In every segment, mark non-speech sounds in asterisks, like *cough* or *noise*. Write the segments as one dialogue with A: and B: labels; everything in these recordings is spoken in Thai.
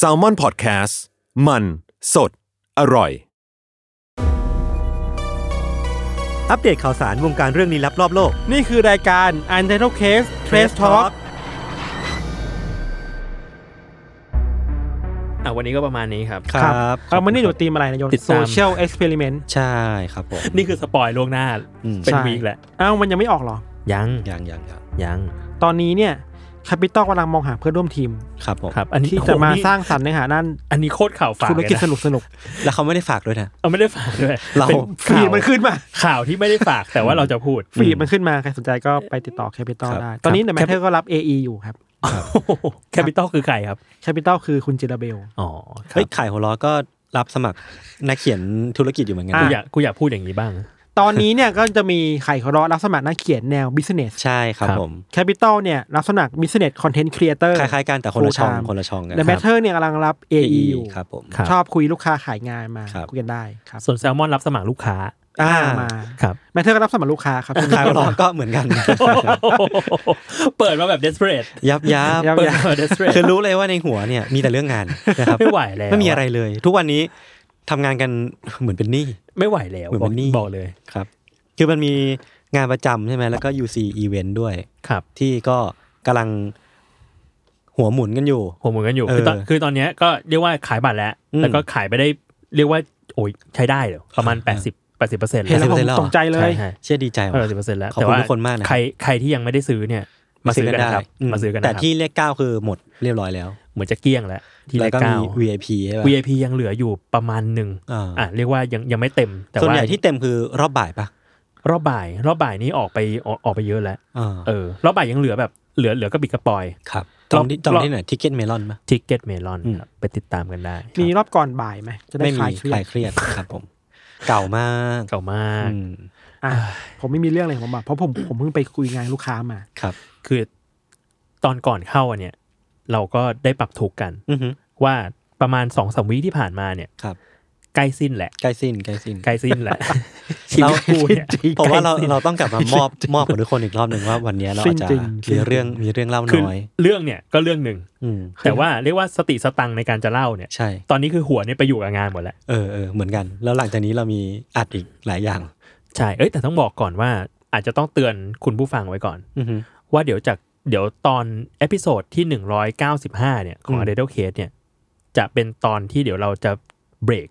A: s a l m o n PODCAST มันสดอร่อย
B: อัปเดตข่าวสารวงการเรื่องลี้ลับรอบโลก
C: นี่คือรายการ u n t i t l e Case Trace Talk อ่ะวันนี้ก็ประมาณนี้ครับ
B: ครับ
C: เออมันนี่อยู่ตีมอะไรนายก
D: ติด
C: โซ
D: ตาม
C: เชียลเอ็กซ์เพร์เมนต์
D: ใช่ครับผม
C: นี่คือสปอยล่วงหน้า
D: อืม
C: เป็น
B: ใช่
C: วีคแหละอ้าวมันยังไม่ออกเหรอ
D: ยังยังยังครับ
C: ยัง ตอนนี้เนี่ยคาปิตอลกำลังมองหาเพื่อนร่วมทีม
D: ครับผม
C: ครับ อันนี้
D: ที่
C: ที่จะมาสร้างสรรค์ในหาด้าน
D: อันนี้โคตรข่าวฝาก
C: ธุรกิจสนุกสนุก
D: แล้วเขาไม่ได้ฝากด้วยนะ
C: เอาไม่ได้ฝากด้วย
D: เรา
C: ป็น
B: ฟี
C: ข่าว
B: ดมันขึ้นมา
C: ข่าวที่ไม่ได้ฝากแต่ว่าเราจะพูด
B: ฟี
C: ฟี
B: ด
C: ด
B: มั
C: มัน น
B: ขึ้นมาใครสนใจก็ไปติดต่อแคปิตอล
D: ครับ
B: ได้ ตอนนี้
D: ค
B: เด
D: รับ
B: อะแมทเทอร์ก็รับ AE อยู่ครับ
C: แคปิตอลคือใครครับ
B: แคปิตอลคือคุณจิราเบล
C: อ๋อ
D: เฮ้ยขายหัวล้อก็รับสมัครนักเขียนธุรกิจอยู่เหมือนกัน
C: กู
D: นะ
C: อยากกูอยากพูดอย่างนี้บ้าง
B: ตอนนี้เนี่ย ก็จะมีไข่ขอรอรับสมัครนักเขียนแนวบิสเนส
D: ใช่ครับ
C: ครับ
D: ผม
B: แคปิตอลเนี่ย รับสมัครบิสเนสคอนเทนต์ครีเอเตอร์
D: คล้ายๆกันแต่คนละช่อง
B: Full time
D: คนละช่องกัน
B: เดอะแมทเทอร์เนี่ยกำลังรับ
D: เอ
B: AE
D: อี
B: อยู่
D: ครับผม
C: ครับ
B: ชอบคุยลูกค้าขายงานมา
D: ครับ
B: คุยกันได้ครับ
C: ส่วนแซลมอนรับสมัครลูกค้า
D: อ่า
B: มา
C: ครับ
B: แมทเทอร์ก็รับสมัครลูกค้าครับ
D: ขายหัวล้อก็เหมือน *laughs* กัน
C: เปิดมาแบบ desperate
D: ยับยับ
B: ยับ
C: เปิดมาแบบ desperate
D: คือรู้เลยว่าในหัวเนี่ยมีแต่เรื่องงานนะครับ
C: ไม่ไหวแล้ว
D: ไม่มีอะไรเลย ทุกวันนี้ทำงานกันเหมือนเป็นหนี้
C: ไม่ไหวแล้ว
D: เหมือน
C: บอ
D: เป็
C: ก
D: นหนี้
C: บอกเลย
D: ครับ คือมันมีงานประจำใช่ไหมแล้วก็ UC event ด้วย
C: ครับ
D: ที่ก็กำลังหัวหมุนกันอยู่
C: ผมเหมือนกันอยู่
D: เออ
C: คือตอนคือตอนเนี้ยก็เรียกว่าขายบัตรแล้ว
D: อืม
C: แล้วก็ขายไปได้เรียกว่าโอ้ยใช้ได้เหรอประมาณ 80 80เปอร์เซ็นต์
B: เห็นแล้
C: ว
B: วผม
D: 80%แล้ว
B: ตกใจเลย
C: ใช่ใช่
D: เชื่อดีใจ
C: เออ
D: ว่ะ
C: 80เปอร์เซ็นต์แล้ว
D: ขอบคุณทุกคนมากนะครับ
C: ใครใครที่ยังไม่ได้ซื้อเนี่ย มาซื้อกันนะครับ
D: ม
C: มาซื้อกันนะค
D: แต่
C: รับ
D: ที่เลขเก้าคือหมดเรียบร้อยแล้ว
C: เหมือนจะเกลี้ยงแล้วที่เล
D: แล้ว
C: ข
D: ก็
C: เก้า
D: มี VIP ใช่ป่ะ
C: VIP ยังเหลืออยู่ประมาณหนึ่ง
D: อ่า
C: เรียกว่ายังยังไม่เต็ม แต่
D: ส่วน
C: ว่า
D: ใหญ่ที่เต็มคือรอบบ่ายป่ะ
C: รอบบ่าย รอบบ่ายนี้ออกไปออกออกไปเยอะแล้ว
D: อ่า
C: เออรอบบ่ายยังเหลือแบบเหลือเหลือกระบิดกระปอย
D: ครับจ
C: ร
D: อ
C: อง บ
D: ที่จอง
C: รอบ
D: ที่ไหนทิกเก็ตเมลอนป่ะ
C: ทิกเก็ตเมลอน
D: อืม
C: ครับไปติดตามกันได้
B: มีรอบก่อนบ่ายไหมจะได้
D: ไม่มี
B: คลายเครียด
D: คลายเครียดครับผม เก่ามาก
C: เก่ามาก
D: อืม
B: อ่ะผมไม่มีเรื่องอะไรของผมอ่ะเพราะผมผมเพิ่งไปคุยงานลูกค้ามา
D: ครับ
C: คือตอนก่อนเข้าอันเนี่ยเราก็ได้ปรับถูกข์กัน
D: อือฮึ
C: ว่าประมาณสองสามวิที่ผ่านมาเนี่ย
D: ครับ
C: ใกล้สิ้นแหละ
D: ใกล้สิ้นใกล้สิ้น
C: ใกล้สิ้น
D: *laughs*
C: แหละชี
D: เรา
C: วิตกูเนี่ย
D: ผมว่าเรา
C: ใกล้สิ้น
D: เราต้องกลับมามอบ *laughs* มอบกับทุกคนอีกรอบหนึ่งว่าวันนี้เราอาจ
B: สิ้
D: จะ
B: นจริง
D: มีเรื่องมีเรื่องเล่า
C: คือ
D: น้อย
C: เรื่องเนี่ยก็เรื่องหนึ่ง
D: อืม
C: แต่ว่าเรียกว่าสติสตังค์ในการจะเล่าเนี่ย
D: ใช่
C: ตอนนี้คือหัวเนี่ยไปอยู่กับงานหมดแล้ว
D: เออเออเหมือนกัน แล้วหลังจากนี้เรามีอัดอีกหลายอย่าง
C: ใช่เอ้ยแต่ต้องบอกก่อนว่าอาจจะต้องเตือนคุณผู้ฟังไว้ก่อน
D: อือฮึ
C: ว่าเดี๋ยวจากเดี๋ยวตอนเอพิโซดที่ 195 เนี่ย ของ
D: อืม
C: a d e d a l Case เนี่ย จะเป็นตอนที่เดี๋ยวเราจะเบรก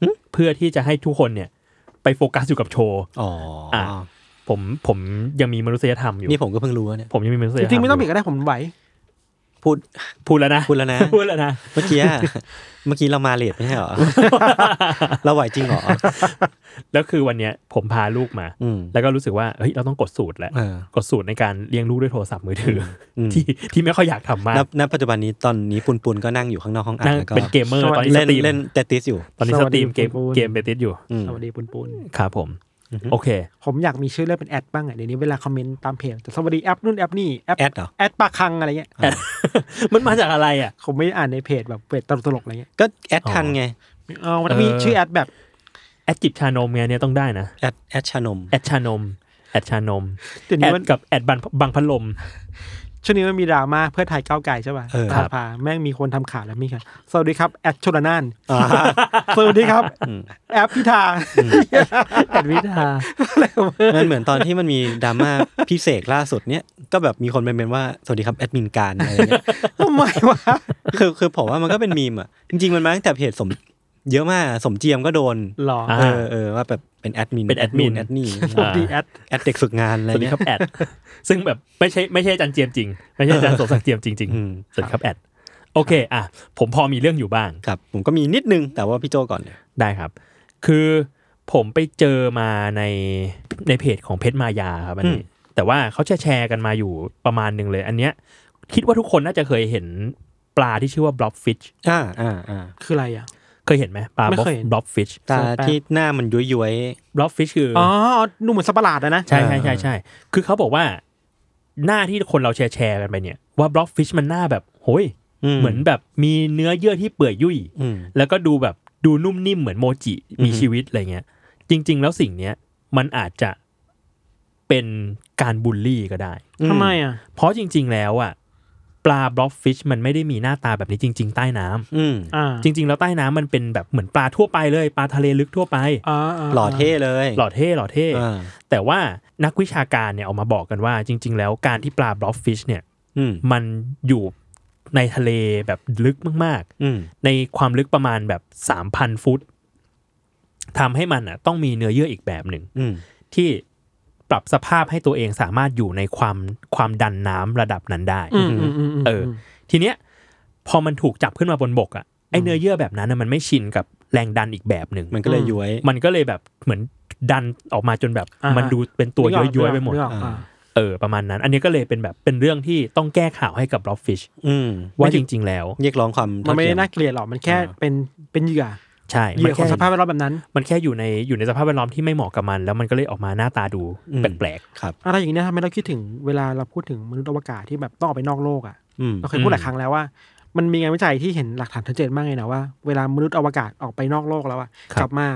D: หึ
C: เพื่อที่จะให้ทุกคนเนี่ย ไปโฟกัสอยู่กับโชว์
D: อ๋ออะ
C: ผมผมยังมีมนุษยธรรมอยู่
D: นี่ผมก็เพิ่งรู้
C: *laughs*
D: ว่าเนี่ย
C: ผมยังมีมนุษย
B: จ
C: ธรรม
B: ริงๆไม่ต้อง
C: อ
B: มี
C: ยู่
B: ก็ได้ผมไหว
D: พูด
C: พูดแล้วนะ
D: พูดแล้วนะ
C: พูดแล้วนะ
D: เมื่อกี้อะ เมื่อกี้เรามาเลทไม่ใช่เหร
C: *laughs*
D: อ เราไหวจริงเหรอ
C: แล้วคือวันเนี้ยผมพาลูกมา
D: อืม
C: แล้วก็รู้สึกว่าเฮ้ยเราต้องกดสูตรแล้ว
D: เออ
C: กดสูตรในการเลี้ยงลูกด้วยโทรศัพท์มือถืออ
D: ม
C: ที่ที่ไม่ค่อยอยากทำมาก
D: ณณปัจจุบันนี้ตอนนี้ปุนปุนก็นั่งอยู่ข้างนอกห้องอัด
C: นั่ง
D: แล้วก็
C: เป็นเกมเมอร์ตอนนี้ส
D: เล่น
C: ตรีม
D: เล่นเตติสอยู่
C: ตอนนี้สตรีมเกม
B: สวัสดีคุณปูน
C: เกมเบติสอยู่
D: อืม
B: สวัสดีปุนปุน
C: ครับผม โอเค
B: ผมอยากมีชื่อเรียกเป็นแอดบ้างอ่ะเดี๋ยวนี้เวลาคอมเมนต์ตามเพจแต่สวัสดีแอปนู่นแอปนี่แอป
D: แอดเหรอ
B: แอดปากคังอะไรเงี้ย
C: มันมาจากอะไรอ่ะ
B: ผมไม่อ่านในเพจแบบเพจตลกๆอะไรเงี้ย
D: ก็แอดทันไง
B: เอามันมี
C: เออ
B: ชื่อแอดแบบ
C: แอดจิบชานมไงเนี่ยต้องได้นะ
D: แอดแอดชานม
C: แอดชานมแอดชานม
B: เดี๋ยว
C: แอ
B: นี้
C: ด
B: มัน
C: กับแอดบังบังพัดลม
B: ช่วงนี้มันมีดราม่าเพื่อไทยก้าวไกลใช่ป่ะ
D: เออ
B: ส
D: ครับ
B: ภาแม่งมีคนทำข่าวแล้วมีค่ะสวัสดีครับแอดชลนาน
D: อ่า
B: สวัสดีครับ
D: อืม
B: แอปพิธา
C: แอดวิทา
D: มันเหมือนตอนที่มันมีดราม่าพิเศษล่าสุดเนี่ยก็แบบมีคนไปเป็นว่าสวัสดีครับแอดมินการอะไรเงี้ย
B: ทำไมวะ
D: คือคือผมว่ามันก็เป็นมีมอ่ะ จริง ๆ มันมาตั้งแต่เพจสมเยอะมากสมเจียมก็โดน
B: หรอ
C: อ่า
D: เออเออว่าแบบเป็นแอดมิน
C: เป็นแอดมิน
D: แอดนี่
B: สวัสดีแอด
D: แอดเด็กฝึกงานอะไร
C: สวัสดี
D: เงี้ย
C: ครับแอด *laughs* ซึ่งแบบไม่ใช่ไม่ใช่อาจารย์เจียมจริง ไม่ใช่อาจารย์สมศักดิ์เจียมจริง
D: อืม
C: ๆสวัสดีครับแอดโอเค อ่ะ ผมพอมีเรื่องอยู่บ้าง
D: ครับ ผมก็มีนิดนึงแต่ว่าพี่โจก่อนเลย
C: ได้ครับ คือผมไปเจอมาในในเพจของเพชรมายาครับอันนี้แต่ว่าเขาแชร์แชร์กันมาอยู่ประมาณหนึ่งเลย อันเนี้ย คิดว่าทุกคนน่าจะเคยเห็นปลาที่ชื่อว่า blobfish
D: อ่าอ่าอ่า
B: คืออะไรอ่ะ
C: เคยเห็นไหมปลา
B: ไม่เคยเห็น
C: blobfish
D: ตาที่หน้ามันย้วยๆ
C: blobfish คืออ
B: อ๋อหนุ่มเหมือนสัตว์ประหลาดอะนะ
C: ใช่ใช่ใช่ใช่ คือเขาบอกว่าหน้าที่คนเราแชร์แชร์กันไปเนี่ย ว่าบล็อกฟิชมันหน้าแบบโหยเหมือนแบบมีเนื้อเยื่อที่เปื่อยยุ่ย
D: อืม
C: แล้วก็ดูแบบดูนุ่มนิ่มเหมือนโมจิมีชีวิตอะไรเงี้ย จริง ๆ แล้วสิ่งเนี้ยมันอาจจะเป็นการบูลลี่ก็ได้
B: ทำไมอ่ะ
C: เพราะจริง ๆ แล้วอะปลาบล็อกฟิชมันไม่ได้มีหน้าตาแบบนี้จริง ๆ ใต้น้ำ
D: อืม
B: อ่า
C: จริง ๆ แล้วใต้น้ำมันเป็นแบบเหมือนปลาทั่วไปเลยปลาทะเลลึกทั่วไป
B: อ่า
D: หล่อเท่เลย
C: หล่อเท่หล่อเท่
D: อ่า
C: แต่ว่านักวิชาการเนี่ยออกมาบอกกันว่าจริง ๆ แล้วการที่ปลาบล็อบฟิชเนี่ย
D: อืม
C: มันอยู่ในทะเลแบบลึกมาก
D: อืม
C: ๆ ในความลึกประมาณแบบ 3,000 ฟุตทำให้มันอ่ะต้องมีเนื้อเยื่ออีกแบบหนึ่ง
D: อืม
C: ที่ปรับสภาพให้ตัวเองสามารถอยู่ในความความดันน้ำระดับนั้นได้
B: อืมอืมอืมม
C: เออ ทีเนี้ยพอมันถูกจับขึ้นมาบนบกอ่ะไอเนื้อเยื่อแบบนั้นน่ะมันไม่ชินกับแรงดันอีกแบบหนึ่ง
D: มันก็เลยย้วย
C: มันก็เลยแบบเหมือนดันออกมาจนแบบ
B: อ่า
C: มันดูเป็นตัว
B: นึกออก
C: ย้อยๆไปหมด
B: นึกออกอ่า
C: เออประมาณนั้น อันนี้ก็เลยเป็นแบบเป็นเรื่องที่ต้องแก้ข่าวให้กับบล็อกฟิช
D: อืม
C: ว่า
B: ไม่ถึ
C: จ
B: ง
C: ริง ๆ แล้ว
D: เรียกร้องความเท่
B: มันไม่ได้
D: เทีย
B: น่าเกลียดหรอกมันแค่
D: อ่า
B: เป็นเป็นเหยื่อ
C: ใช่
B: เห
C: มั
B: ยื่อน ขอ
C: แค่
B: งสภาพแวดล้อมแบบนั้น
C: มันแค่อยู่ในอยู่ในสภาพแวดล้อมที่ไม่เหมาะกับมัน แล้วมันก็เลยออกมาหน้าตาดู
D: อืม
C: แปลก
D: ครับ
B: อะไรอย่างนี้นะทำให้เราคิดถึงเวลาเราพูดถึงมนุษย์อวกาศที่แบบต้องออกไปนอกโลกอ่ะ
D: อืม
B: เราเคยพูด
C: อืม
B: หลายครั้งแล้วว่า มันมีงานวิจัยที่เห็นหลักฐานชัดเจนมากเลยนะว่าเวลามนุษย์อวกาศออกไปนอกโลกแล้วอ่ะกลับมา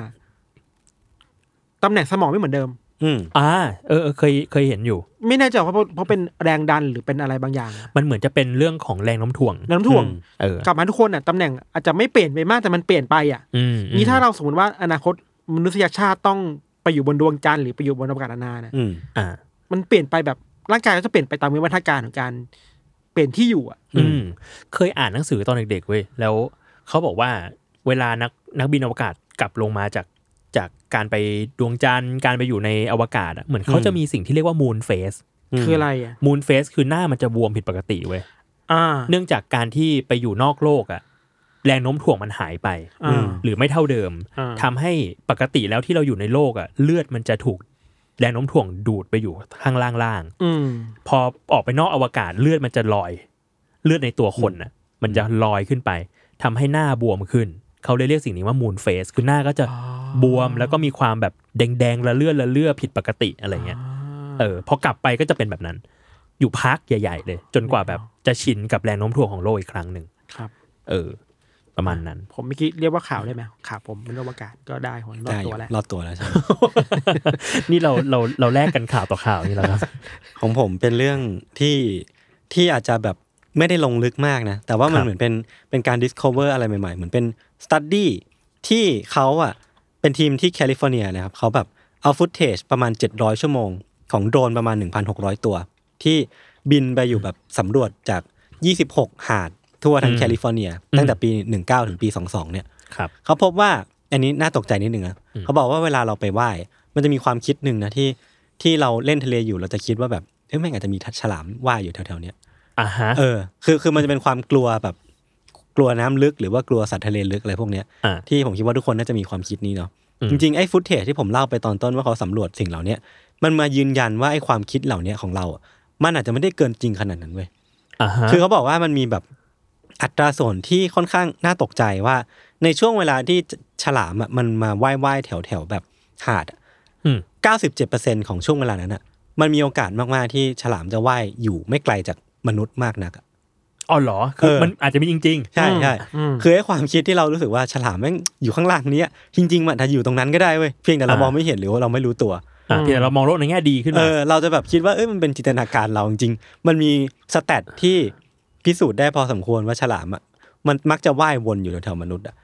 B: ตำแหน่งสมองไม่เหมือนเดิม
D: อืม
C: ๆอ่าเออเออเคยเคยเห็นอยู่
B: ไม่แน่ใจว่าเพราะเพราะเป็นแรงดันหรือเป็นอะไรบางอย่างอะ
C: มันเหมือนจะเป็นเรื่องของแรงโน้มถ่วง
B: แรงโน้ำท่วง
C: เออก
B: ลับมาทุกคนอ่ะตำแหน่งอาจจะไม่เปลี่ยนไปมากแต่มันเปลี่ยนไปอ่ะ
C: อืม
B: นี่ถ้าเราสมมติว่าอนาคตมนุษยชาติต้องไปอยู่บนดวงจันทร์หรือไปอยู่บนอวกาศนานๆนะ
D: อืม
C: อ่า
B: มันเปลี่ยนไปแบบร่างกายก็จะเปลี่ยนไปตามวิวัฒนาการของการเปลี่ยนที่อยู่อ่ะ
C: อืมเคยอ่านหนังสือตอนเด็กๆเว้ยแล้วเขาบอกว่าเวลานักนักบินอวกาศกลับลงมาจากจากการไปดวงจันทร์การไปอยู่ในอวกาศอะเหมือนเขาจะมีสิ่งที่เรียกว่ามูนเฟส
D: ม
B: คืออะไรอ่ะ
C: มูนเฟสคือหน้ามันจะบวมผิดปกติเว้ย
B: อ่า
C: เนื่องจากการที่ไปอยู่นอกโลกอะแรงโน้มถ่วงมันหายไป
B: อ่า
C: หรือไม่เท่าเดิม
B: อ่า
C: ทำให้ปกติแล้วที่เราอยู่ในโลกอะเลือดมันจะถูกแรงโน้มถ่วงดูดไปอยู่ข้างล่าง
B: อืม
C: ๆพอออกไปนอกอวกาศเลือดมันจะลอย เลือดในตัวคนน่ะ มันจะลอยขึ้นไปทำให้หน้าบวมขึ้น เขาเลยเรียกสิ่งนี้ว่ามูนเฟสคือหน้าก็จะบวมแล้วก็มีความแบบแดงๆละเลือดละเลือดผิดปกติอะไรเงี้ย เออพอกลับไปก็จะเป็นแบบนั้น อยู่พักใหญ่ ๆ เลย จนกว่าแบบจะชินกับแรงโน้มถ่วงของโลกอีกครั้งหนึ่ง
B: ครับ
C: เออ ประมาณนั้น *laughs*
B: ผมเมื่อกี้เรียกว่าข่าวได้ไหมข่าวผมเป็นอวกาศก็ได้ผมรอด
D: ได้อ
B: ตั
D: ยู่
B: วแล้ว
D: รอดตัวแล้วใช่ไหม
C: นี่เราเราเราแลกกันข่าวต่อข่าวนี่แหละครับ
D: ของผมเป็นเรื่องที่ที่อาจจะแบบไม่ได้ลงลึกมากนะ แต่ว่ามั
C: ครั
D: น
C: บ
D: เหมือนเป็นเป็นการ discover อะไรใหม่ๆ เหมือนเป็น study ที่เขาอ่ะเป็นทีมที่แคลิฟอร์เนียนะครับเขาแบบเอาฟุตเทจประมาณ 700 ชั่วโมง ของโดรนประมาณ 1,600 ตัว ที่บินไปอยู่แบบสำรวจจาก 26 หาดทั่วทั้งแคลิฟอร์เนีย ตั้งแต่ปี 19 ถึงปี 22 เนี่ย
C: ครับ
D: เขาพบว่าอันนี้น่าตกใจนิดนึงนะเขาบอกว่าเวลาเราไปไหว้ มันจะมีความคิดหนึ่งนะที่ที่เราเล่นทะเลอยู่เราจะคิดว่าแบบเอ้ยแม่งอาจจะมีฉลามว่ายอยู่แถวๆเนี้ย
C: อ่าฮะ
D: เออคือคือมันจะเป็นความกลัวแบบกลัวน้ำลึกหรือว่ากลัวสัตว์ทะเลลึกอะไรพวกเนี้ย
C: อ่า
D: ที่ผมคิดว่าทุกคนน่าจะมีความคิดนี้เนาะ
C: อืม
D: จริงๆไอ้ฟุตเทจที่ผมเล่าไปตอนต้นว่าเขาสำรวจสิ่งเหล่าเนี้ยมันมายืนยันว่าไอ้ความคิดเหล่าเนี้ยของเราอะมันอาจจะไม่ได้เกินจริงขนาดนั้นเว้ย
C: อ่าฮะ
D: คือเขาบอกว่ามันมีแบบอัตราส่วนที่ค่อนข้างน่าตกใจว่า ในช่วงเวลาที่ฉลามอะมันมาว่ายว่ายแถวแถวๆแบบหาด
C: อืม
D: เก้าสิบเจ็ดเปอร์เซ็นของช่วงเวลานั้นอะมันมีโอกาสมาก ๆ ที่ฉลามจะว่ายอยู่ไม่ไกลจากมนุษย์มากนักอะ
C: อ๋อเหรอคือ
D: เออ
C: มันอาจจะมีจริง
D: ใช่ใช่
B: อืม
D: คือไอ้ความคิดที่เรารู้สึกว่าฉลามแม่งอยู่ข้างล่างเนี้ยจริง ๆ มันอาจจะอยู่ตรงนั้นก็ได้เว้ยเพียงแต่เรา
C: อ่าม ม
D: องไม่เห็นหรือว่าเราไม่รู้ตัว
C: ๆอ่ะเพียงแต่เรามองโลกในแง่ดีขึ้น
D: เอ
C: มา
D: อเราจะแบบคิดว่าเอ้ยมันเป็นจินตนาการเราจริงๆมันมีสแตทที่พิสูจน์ได้พอสมควรว่าฉลามอ่ะมันมักจะว่ายวนอยู่แถวๆมนุษย์อ่ะ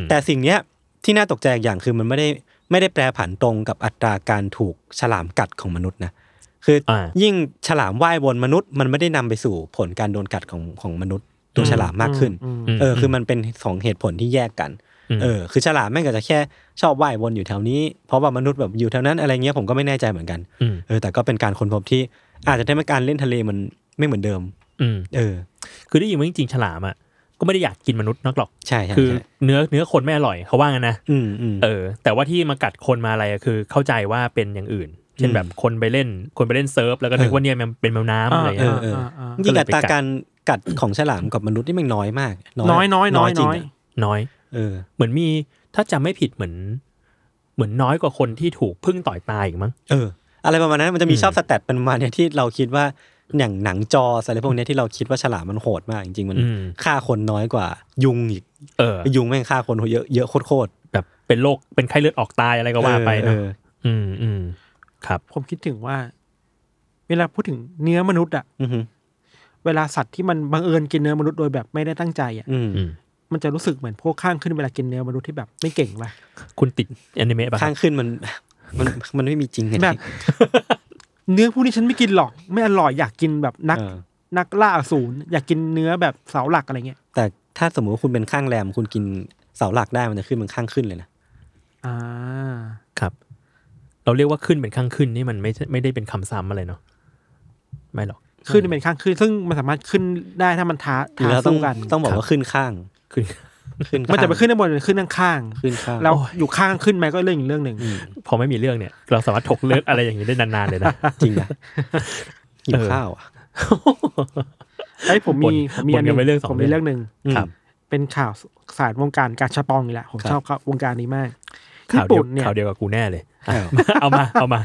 C: ม
D: แต่สิ่งเนี้ยที่น่าตกใจอย่างคือมันไม่ได้ไม่ได้แปรผันตรงกับอัตราการถูกฉลามกัดของมนุษย์นะคืออา ยิ่งฉลามว่ายวนมนุษย์ มันไม่ได้นำไปสู่ผลการโดนกัดของของมนุษย์ ตัวฉลามมากขึ้น
B: ม
C: ม
D: เออคือมันเป็นสองเหตุผลที่แยกกัน
C: อืม
D: เออ คือฉลามแม่งก็จะแค่ชอบว่ายวนอยู่แถวนี้ เพราะว่ามนุษย์แบบอยู่แถวนั้นอะไรเงี้ยผมก็ไม่แน่ใจเหมือนกัน
C: อืม
D: เออแต่ก็เป็นการค้นพบที่อาจจะทำให้การเล่นทะเลมันไม่เหมือนเดิม
C: อืม
D: เออ
C: คือได้ยินว่าจริงๆฉลามอ่ะก็ไม่ได้อยากกินมนุษย์นักหรอก
D: ใช่ใช่
C: คือ
D: ใช่
C: เนื้อเนื้อคนไม่อร่อยเขาว่างั้นนะ
D: อืมอืม
C: เออแต่ว่าที่มากัดคนมาอะไรอะคือเข้าใจว่าเป็นอย่างอื่น เช่นแบบคนไปเล่นคนไปเล่นเซิร์ฟแล้วก็นึกว่าเนี่ยมันเป็นแมวน้ำอะไร
D: เอ
C: เงี้ย
D: อเออ
B: าา
D: ยิ่งอัตราการ กัดของฉลามกับมนุษย์นี่มันน้อยมาก
B: น้อยน้อยน้อย
D: จริ
B: น้
D: ง
B: อย
D: อะ
C: น้อย
D: เออ
C: เหมือนมีถ้าจำไม่ผิดเหมือน เหมือนน้อยกว่าคนที่ถูกพึ่งต่อยตายอีกมั้ง
D: เออ อะไรประมาณนั้นมันจะมี
C: อืม
D: ชอบสแตทเป็นประมาณเนี้ยที่เราคิดว่าอย่างหนังจออะไรพวกเนี้ยที่เราคิดว่าฉลามมันโหดมากจริงๆมัน
C: อืม
D: ฆ่าคนน้อยกว่า ยุงอีก
C: เออ
D: ยุงแม่งฆ่าคนเยอะเยอะโคตร
C: แบบเป็นโรคเป็นไข้เลือดออกตายอะไร
D: ๆ
C: ก็ว่าไป
D: เอ
C: เนอะ
D: อ
C: อืมอืมครับ
B: ผมคิดถึงว่า เวลาพูดถึงเนื้อมนุษย์อะ
D: เอออือหือ
B: เวลาสัตว์ที่มันบังเอิญกินเนื้อมนุษย์โดยแบบไม่ได้ตั้งใจอะ
D: อืม
C: อืม
B: มันจะรู้สึกเหมือนพวกข้างขึ้นเวลากินเนื้อมนุษย์ที่แบบไม่เก่งป่ะ
C: คุณติดแอนิเมะป่ะครั
D: ข้า
C: บ
D: งขึ้นมันมันมันไม่มีจริงไง
B: แบบ เนื้อพวกนี้ฉันไม่กินหรอก ไม่อร่อยอยากกินแบบนัก
D: เออ
B: นักล่าอสูรอยากกินเนื้อแบบเสาหลักอะไรเงี้ย
D: แต่ถ้าสมมติว่าคุณเป็นข้างแรมคุณกินเสาหลักได้มันจะขึ้นเป็นข้างขึ้นเลยนะ
B: อ่า
C: ครับ เราเรียกว่าขึ้นเป็นข้างขึ้นนี่มันไม่ใช่ไม่ได้เป็นคำซ้ำอะไรเนาะไม่หรอก
B: ขึ้นเป็นข้างขึ้น ซึ่งมันสามารถขึ้นได้ถ้ามันท้า
D: หรื
B: ท้า
D: อเราต้อง
B: สู้กัน
D: ต้องบอกว่าขึ้นข้าง
C: ขึ้น *laughs*
D: ขึ้นข้าง
B: มันจะไปขึ้นด้านบนหรือขึ้นด้านข้าง
D: ขึ้นข้าง
B: เราอยู่ข้างขึ้นไหมก็เรื่องอีกเรื่องหนึ่ง
D: อืม
C: พอไม่มีเรื่องเนี่ย เราสามารถถกเลือกอะไรอย่าง *laughs* นี้ได้นานๆเลย
B: *laughs*
C: นะ
D: จริงนะหิว
C: เออ
D: ข้าวอ่ะ
B: ไอ้ยผม
C: บ่น
B: มีผมมี
C: บ่น
B: อันห
C: กั
B: นึ
C: น
B: ง
C: ไปเรื่องสอง
B: ผมมี
C: เรื่
B: เรื่
C: อ
B: อง งหนึ่ง
C: ครับ
D: อืม
B: เป็นข่าวสายวงการการชาปองนี่แหละผม
D: ครับ
B: ชอบครับวงการนี้มาก
C: ข่าวเดีย
B: ญี่
C: ว
B: ปุ่นเนี่ย
C: ข่าวเดียวกับกูแน่เลย *laughs* อ่ะ
D: อ้าว
C: เอามาเอา *laughs* มา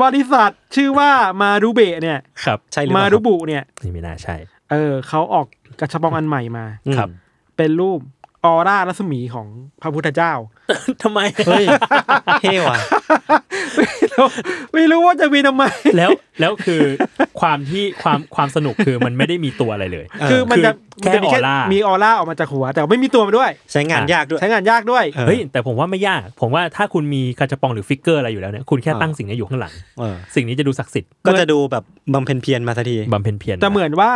B: บริษัทชื่อว่ามารุเบะเนี่ย
C: ครับ
D: ใช่หรือเป
B: มา
D: ล่า
B: รุบุเนี่ย
C: นี่ไม่น่าใช่
B: เออเขาออกกระชับปองอันใหม่มา
C: ครับ
B: *laughs* เป็นรูปออร่ารัศมีของพระพุทธเจ้า *laughs*
C: ทำไม
D: เฮ้ยเท่ว่ะ
B: ไม่รู้ว่าจะมีทำไม
C: *laughs* แล้วแล้วคือความที่ความความสนุกคือมันไม่ได้มีตัวอะไรเลย
D: เอ
B: *laughs*
D: อ
B: คือมันจะ
C: คือแค่
B: มันจะมี
C: ออร่ามี
B: มีออร่าออกมาจากหัว แต่ไม่มีตัวมาด้วย
D: ใช้งานยากด้วย
B: ใช้งานยากด้วย
D: เออ
C: เฮ้ยแต่ผมว่าไม่ยาก ผมว่าถ้าคุณมีกาจปองหรือฟิกเกอร์อะไรอยู่แล้วเนี่ยคุณแค่
D: อ่า
C: ตั้งสิ่งนี้อยู่ข้างหลัง
D: เออ
C: สิ่งนี้จะดูศักดิ์สิทธิ์
D: ก็จะดูแบบบำเพ็ญเพียรมาสักที
C: บำเพ็ญเพียร
B: แต่เหมือนว่า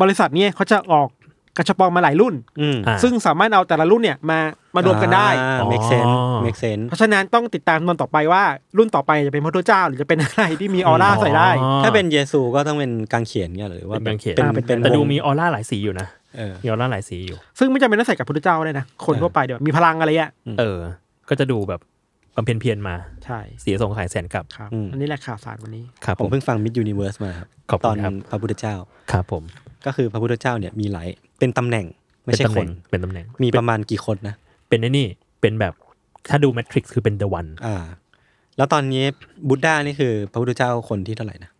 B: บริษัทเนี่ยเขาจะออกกระชับปองมาหลายรุ่น
D: อืม
C: อ่า
B: ซึ่งสามารถเอาแต่ละรุ่นเนี่ยมามารวมกันได้
D: อ่า
C: อ๋อ
D: make sense make sense
B: เพราะฉะนั้นต้องติดตามตอนต่อไปว่ารุ่นต่อไปจะเป็นพระพุทธเจ้า หรือจะเป็นอะไรที่มีออร่าใส่ได้
C: อ๋อ
D: ถ้าเป็นเยซูก็ต้องเป็นกางเขนเงี้ยหรือว่า
C: เป็นกางเขน
D: เป็น
B: อ่าเป็น
D: เป็น
C: แต่ดู
D: วง
C: มีออร่าหลายสีอยู่นะ
D: เออ
C: มีออร่าหลายสีอยู่
B: ซึ่งไม่จำเป็นต้องใส่กับพระพุทธเจ้าเลยนะ คน
D: เออ
B: ทั่วไปเดี๋ยวมีพลังอะไรอ่ะ
C: เออ ก็จะดูแบบบำเพ็ญเพียรมา
B: ใช่
C: เสียสงขายแสนกลับ
B: ครับ
D: อืม
B: อันนี้แหละข่าวสารวันนี้
C: ครับ
D: ผ
C: ผม ม
D: เพิ่งฟังมิดยูนิเวิร์สมาครับ
C: ขอบ
D: ต
C: คุ
D: อน
C: ณครับ
D: พระพุทธเจ้า
C: ครับผม
D: ก็คือพระพุทธเจ้าเนี่ยมีหลายเป็นตำแหน่งไม่ใช่
C: เป็ตำแห
D: คน
C: งเป็นตำแหน่ง
D: มีประมาณกี่คนนะ
C: เป็นไอ้นี่ เป็นแบบถ้าดูแมทริกซ์คือเป็นเดอะวัน
D: อ่า แล้วตอนนี้บุตด้านี่คือพระพุทธเจ้าคนที่เท่าไหร่นะ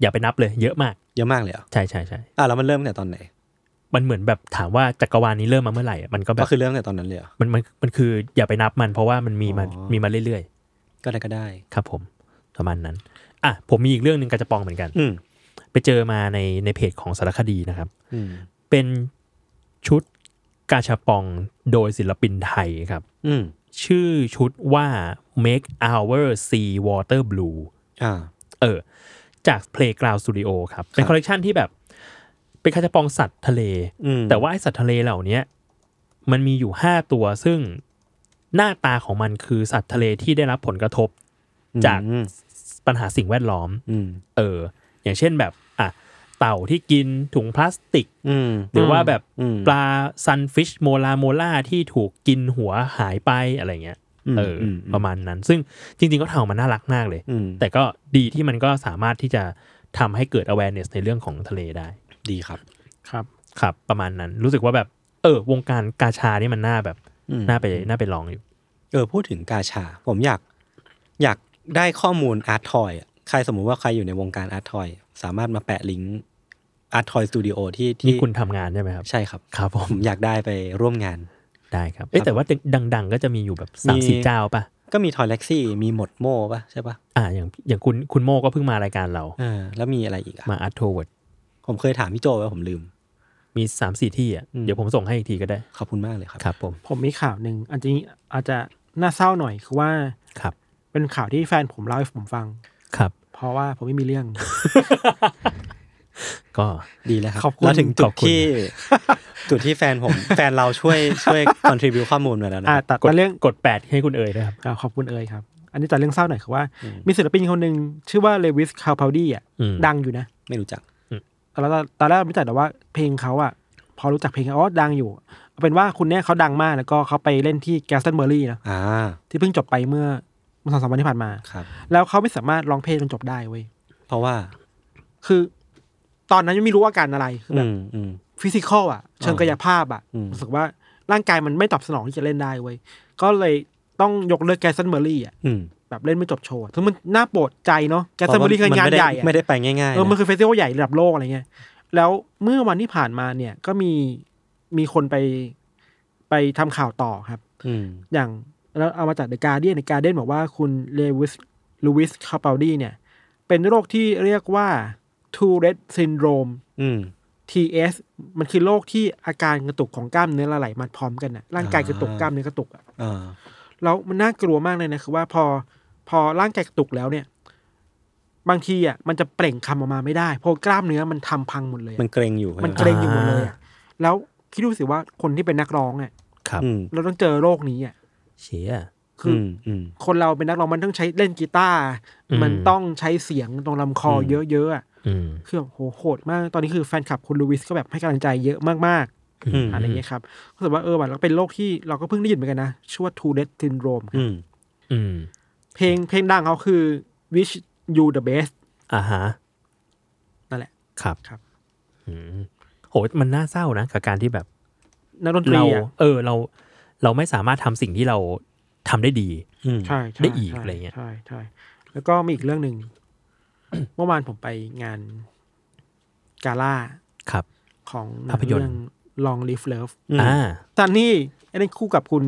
C: อย่าไปนับเลยเยอะมาก
D: เยอะมากเลยเหรอ
C: ใช่ใช่ใช่
D: อ่าแล้วมันเริ่มตั้งแต่ตอนไหน
C: มันเหมือนแบบถามว่าจักรวาลนี้เริ่มมาเมื่อไหร่อะมันก็แบ
D: ก็
C: บ
D: คือเริ่มตั้งแต่ตอนนั้นเลยเหรอ
C: มันมันมันคืออย่าไปนับมันเพราะว่ามันมีมา
D: อ๋อ
C: มีมาเรื่อย
D: ก็ได้ก็ได้
C: ๆ ครับผมประมาณนั้น อ่ะ ผมมีอีกเรื่องหนึ่งกาจะปองเหมือนกัน
D: อืม
C: ไปเจอมาในในเพจของสารคดีนะครับ
D: อืม
C: เป็นชุดกาชาปองโดยศิลปินไทยครับ
D: อืม
C: ชื่อชุดว่า Make Our Sea Water Blue
D: อ่า
C: เออ จาก Playground Studio ครับ เป็น
D: ครับ
C: คอลเลกชันที่แบบ เป็นกาชาปองสัตว์ทะเล
D: อืม
C: แต่ว่าไอสัตว์ทะเลเหล่าเนี้ยมันมีอยู่ 5 ตัวซึ่งหน้าตาของมันคือสัตว์ทะเลที่ได้รับผลกระทบ จาก
D: อืม
C: ปัญหาสิ่งแวดล้อม
D: อืม
C: เออ อย่างเช่นแบบอ่ะเต่าที่กินถุงพลาสติก
D: อืม
C: หรือว่าแบบ
D: อืม
C: ปลาซันฟิชโมลาโมล่าที่ถูกกินหัวหายไปอะไรเงี้ย
D: ม
C: เอออ
D: ม
C: ประมาณนั้น ซึ่งจริงๆก็ทำออกมาน่ารักมากเลย
D: อืม
C: แต่ก็ดีที่มันก็สามารถที่จะทำให้เกิด awareness ในเรื่องของทะเลได้
D: ดีครับ
B: ครับ
C: ครับ ประมาณนั้นรู้สึกว่าแบบ เออ วงการกาชานี่มันน่าแบบ
D: อืม
C: น่าไปน่าไปลองอยู่
D: เออพูดถึงกาชา ผมอยากอยากได้ข้อมูลอาร์ตทอยใครสมมุติว่าใครอยู่ในวงการอาร์ตทอยสามารถมาแปะลิงก์อาร์ตทอยสตูดิโอที่ที่
C: นี่คุณทำงานใช่ไหมครับ
D: ใช่ครับ
C: ครับผ
D: ผม มอยากได้ไปร่วมงาน
C: *laughs* ได้ครับ เอ๊ะแต่ว่าดัง ๆ ก็จะมีอยู่แบบสามสี่
D: มี
C: เจ้าป่ะ
D: ก็มีทอยเล็กซี่มีหมดโม่ปะใช่ปะ
C: อ่า อย่างอย่างคุณคุณโมก็เพิ่งมารายการเรา
D: เออแล้วมีอะไรอีกอะ
C: มาอาร์ทเวิร์ด
D: ผมเคยถามพี่โจไว้ผมลืม
C: มีสามสี่ที่อ่ะ
D: อืม
C: เดี๋ยวผมส่งให้อีกทีก็ได้
D: ขอบคุณมากเลยครับ
C: ครับผม
B: ผมมีข่าวหนึ่งอันนี้อาจจะน่าเศร้าหน่อยคือว่า
C: ครับ
B: เป็นข่าวที่แฟนผมเล่าให้ผมฟัง
C: ครับ
B: เพราะว่าผมไม่มีเรื่อง *laughs*
C: ก็
D: ดีแล้วครับ
B: ขอบคุณ
D: แล้วถึงจุ
C: ขอ
D: ด
C: บคุณ
D: ที่ จุดที่แฟนผม แฟนเราช่วยช่วย contribu ข้อมูลมาแล้วนะ
B: อ่า
D: ครับ
B: ตัด
C: กด
B: มาเรื่อง
C: กดแปดให้คุณเอ๋ยด้วยครับ
B: อ่าขอบคุณเอ่ยครับ อันนี้ตัดเรื่องเศร้าหน่อยคือว่า
D: อืม
B: มีศิลปินคนหนึ่งชื่อว่าเลวิสคาพาดี้อ่ะ
C: อืม
B: ดังอยู่นะ
D: ไม่รู้จัก
B: ตอนแรกตอนแรกไม่รู้จักแต่ว่าเพลงเขาอ่ะ พอรู้จักเพลงเขาอ๋อดังอยู่เอาเป็นว่าคุณเนี่ยเขาดังมากแล้วก็เขาไปเล่นที่แกสตันเบอร์รี่นะ
D: อ่า
B: ที่เพิ่งจบไปเมื่อเมื่อสองสามวันที่ผ่านมา
D: ครับ
B: แล้วเขาไม่สามารถร้องเพลงจนจบได้เว้ย
D: เพราะว่า
B: คือ ตอนนั้นยังไม่รู้อาการอะไรคือ
D: อื
B: แบบ
D: มอืม
B: ฟิสิกอลอ่ะ เชิงกายภาพอ่ะ
D: อืม
B: รู้สึกว่าร่างกายมันไม่ตอบสนองที่จะเล่นได้เว้ยก็เลยต้องยกเลิกแกสันเบอรี่อ่ะ
D: อืม
B: แบบเล่นไม่จบโชว์อะซึ่งมันน่าปวดใจเนาะแกสันเบอรี่คืองาน
D: พะว่มัไม่ได้
B: ใหญ่อะ
D: ไม่ได้ไปง่ายๆ
B: เออ มัน
D: นะ
B: คือเฟสติวัลใหญ่ระดับโลกอะไรเงี้ย แล้วเมื่อวันที่ผ่านมาเนี่ยก็มีมีคนไปไปทำข่าวต่อครับ
D: อืม
B: อย่างแล้วเอามาจากเดอะการเดียนเดอะการเดียนบอกว่าคุณเลวิสลูวิสคาปาลดีเนี่ย เป็นโรคที่เรียกว่า Tourette syndrome
D: อืม
B: TS มันคือโรคที่อาการกระตุกของกล้ามเนื้อละไหลมาพร้อมกันนะร่างกายกระตุก
D: อ่าก ก
B: ล้ามเนื้อกระตุกอะ
D: อ่า
B: แล้วมันน่ากลัวมากเลยนะคือว่าพอพอร่างกายกระตุกแล้วเนี่ย บางทีอ่ะมันจะเปล่งคำออกมาไม่ได้เพราะกล้ามเนื้อมันทำพังหมดเลยอะ
D: มันเกรงอยู่
B: มันเกรงอยู่หมดเลยอะแล้วคิดดูสิว่าคนที่เป็นนักร้องอ่ะ
C: ครับ
D: อืม
B: เราต้องเจอโรคนี้อ่ะ
C: เชีย
B: คืออ
D: มอืม
B: คนเราเป็นนักร้องมันต้องใช้เล่นกีตาร์
C: อืม
B: มันต้องใช้เสียงตรงลำคออ
D: ม
B: เยอะๆอะ
C: อืม
B: คือโหโหดมากตอนนี้คือแฟนคลับคุณลูวิสก็แบบให้กำลังใจเยอะมาก
D: อืม
B: ๆอะไรเงี้ยครับรู้สึกว่าเออแบบเราเป็นโรคที่เราก็เพิ่งได้ยินเหมือนกันนะชื่อว่า Tourette syndrome
D: อืม
C: อืม
B: เพลงเพลงดังเขาคือ wish you the best
C: อ่าฮะ
B: นั่นแหละ
C: ครับ
B: ครับ
C: อืมโหมันน่าเศร้านะกับการที่แบบ
B: นักดนตรี
C: เรา
B: อ่ะ
C: เออเราเราไม่สามารถทำสิ่งที่เราทำได้ดี
D: อืม
B: ใช่ใช่
C: ได้อีก
B: ใช่
C: อะไรเงี้ย
B: ใช่ใช่แล้วก็มีอีกเรื่องหนึ่ *coughs* ง เมื่อวานผมไปงานกาล่า
C: ครับ
B: ของหง
C: ภาพยนตร์
B: เรื่อง Long Live Love
C: อ่า
B: ซันนี่เล่นคู่กับคุณ